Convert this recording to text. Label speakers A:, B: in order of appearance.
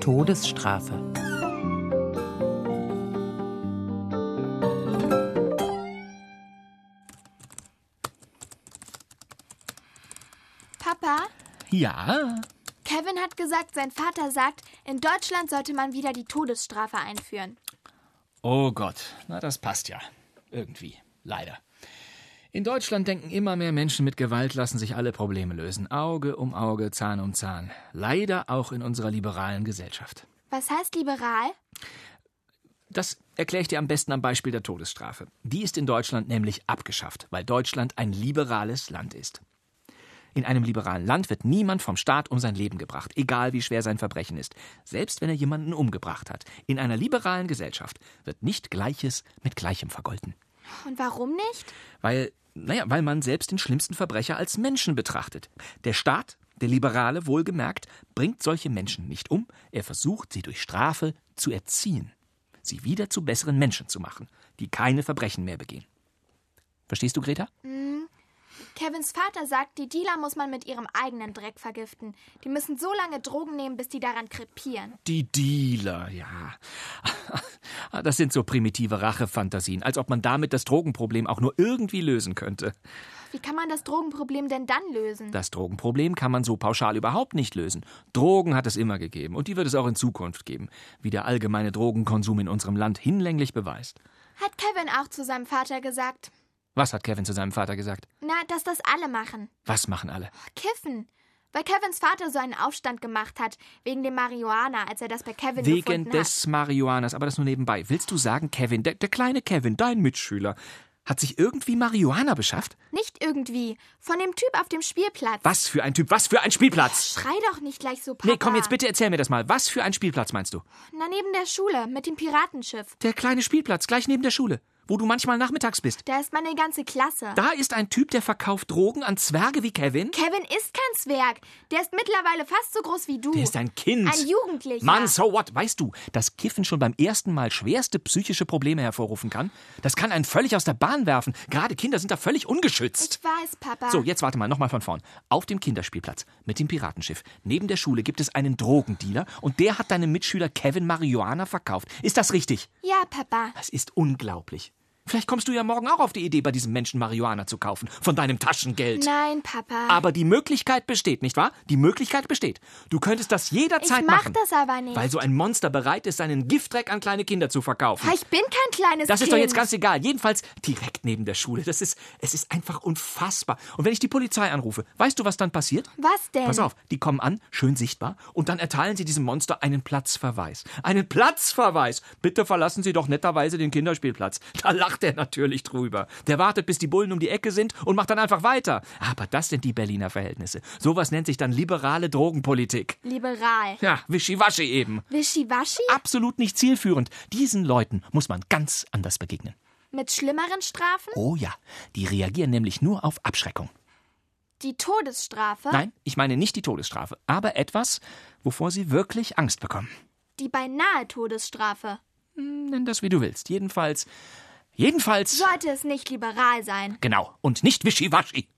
A: Todesstrafe.
B: Papa,
C: Ja,
B: Kevin hat gesagt, sein Vater sagt, in Deutschland sollte man wieder die Todesstrafe einführen.
C: Oh Gott, na das passt ja. Irgendwie. Leider. In Deutschland denken immer mehr Menschen, mit Gewalt lassen sich alle Probleme lösen. Auge um Auge, Zahn um Zahn. Leider auch in unserer liberalen Gesellschaft.
B: Was heißt liberal?
C: Das erkläre ich dir am besten am Beispiel der Todesstrafe. Die ist in Deutschland nämlich abgeschafft, weil Deutschland ein liberales Land ist. In einem liberalen Land wird niemand vom Staat um sein Leben gebracht, egal wie schwer sein Verbrechen ist, selbst wenn er jemanden umgebracht hat. In einer liberalen Gesellschaft wird nicht Gleiches mit Gleichem vergolten.
B: Und warum nicht?
C: Weil, naja, weil man selbst den schlimmsten Verbrecher als Menschen betrachtet. Der Staat, der Liberale wohlgemerkt, bringt solche Menschen nicht um, er versucht, sie durch Strafe zu erziehen, sie wieder zu besseren Menschen zu machen, die keine Verbrechen mehr begehen. Verstehst du, Greta?
B: Kevins Vater sagt, die Dealer muss man mit ihrem eigenen Dreck vergiften. Die müssen so lange Drogen nehmen, bis die daran krepieren.
C: Die Dealer, ja. Ah, Das sind so primitive Rachefantasien, als ob man damit das Drogenproblem auch nur irgendwie lösen könnte.
B: Wie kann man das Drogenproblem denn dann lösen?
C: Das Drogenproblem kann man so pauschal überhaupt nicht lösen. Drogen hat es immer gegeben und die wird es auch in Zukunft geben, wie der allgemeine Drogenkonsum in unserem Land hinlänglich beweist.
B: Hat Kevin auch zu seinem Vater gesagt.
C: Was hat Kevin zu seinem Vater gesagt?
B: Na, dass das alle machen.
C: Was machen alle?
B: Kiffen. Weil Kevins Vater so einen Aufstand gemacht hat, wegen dem Marihuana, als er das bei Kevin
C: Wegen
B: gefunden hat.
C: des Marihuanas, aber das nur nebenbei. Willst du sagen, Kevin, der, der kleine Kevin, dein Mitschüler, hat sich irgendwie Marihuana beschafft?
B: Nicht irgendwie. Von dem Typ auf dem Spielplatz.
C: Was für ein Typ, was für ein Spielplatz!
B: Schrei doch nicht gleich so, Papa.
C: Nee, komm jetzt bitte, erzähl mir das mal. Was für ein Spielplatz meinst du?
B: Na, neben der Schule, mit dem Piratenschiff.
C: Der kleine Spielplatz, gleich neben der Schule, wo du manchmal nachmittags bist.
B: Da ist meine ganze Klasse.
C: Da ist ein Typ, der verkauft Drogen an Zwerge wie Kevin?
B: Kevin ist kein Zwerg. Der ist mittlerweile fast so groß wie du.
C: Der ist ein Kind.
B: Ein Jugendlicher.
C: Mann, so what? Weißt du, dass Kiffen schon beim ersten Mal schwerste psychische Probleme hervorrufen kann? Das kann einen völlig aus der Bahn werfen. Gerade Kinder sind da völlig ungeschützt.
B: Ich weiß, Papa.
C: So, jetzt warte mal, nochmal von vorn. Auf dem Kinderspielplatz mit dem Piratenschiff neben der Schule gibt es einen Drogendealer und der hat deinem Mitschüler Kevin Marihuana verkauft. Ist das richtig?
B: Ja, Papa.
C: Das ist unglaublich. Vielleicht kommst du ja morgen auch auf die Idee, bei diesem Menschen Marihuana zu kaufen. Von deinem Taschengeld.
B: Nein, Papa.
C: Aber die Möglichkeit besteht, nicht wahr? Die Möglichkeit besteht. Du könntest das jederzeit
B: Ich mach
C: machen.
B: das aber nicht.
C: Weil so ein Monster bereit ist, seinen Giftdreck an kleine Kinder zu verkaufen.
B: Ha, ich bin kein kleines
C: Das
B: Kind.
C: ist doch jetzt ganz egal. Jedenfalls direkt neben der Schule. Das ist, es ist einfach unfassbar. Und wenn ich die Polizei anrufe, weißt du, was dann passiert?
B: Was denn?
C: Pass auf, die kommen an, schön sichtbar, und dann erteilen sie diesem Monster einen Platzverweis. Einen Platzverweis! Bitte verlassen Sie doch netterweise den Kinderspielplatz. Da lacht er natürlich drüber. Der wartet, bis die Bullen um die Ecke sind und macht dann einfach weiter. Aber das sind die Berliner Verhältnisse. Sowas nennt sich dann liberale Drogenpolitik.
B: Liberal.
C: Ja, wischiwaschi eben.
B: Wischiwaschi?
C: Ah. Absolut nicht zielführend. Diesen Leuten muss man ganz anders begegnen.
B: Mit schlimmeren Strafen?
C: Oh ja, die reagieren nämlich nur auf Abschreckung.
B: Die Todesstrafe?
C: Nein, ich meine nicht die Todesstrafe, aber etwas, wovor sie wirklich Angst bekommen.
B: Die beinahe Todesstrafe.
C: Nenn das, wie du willst. Jedenfalls. Jedenfalls.
B: Sollte es nicht liberal sein.
C: Genau. Und nicht wischiwaschi.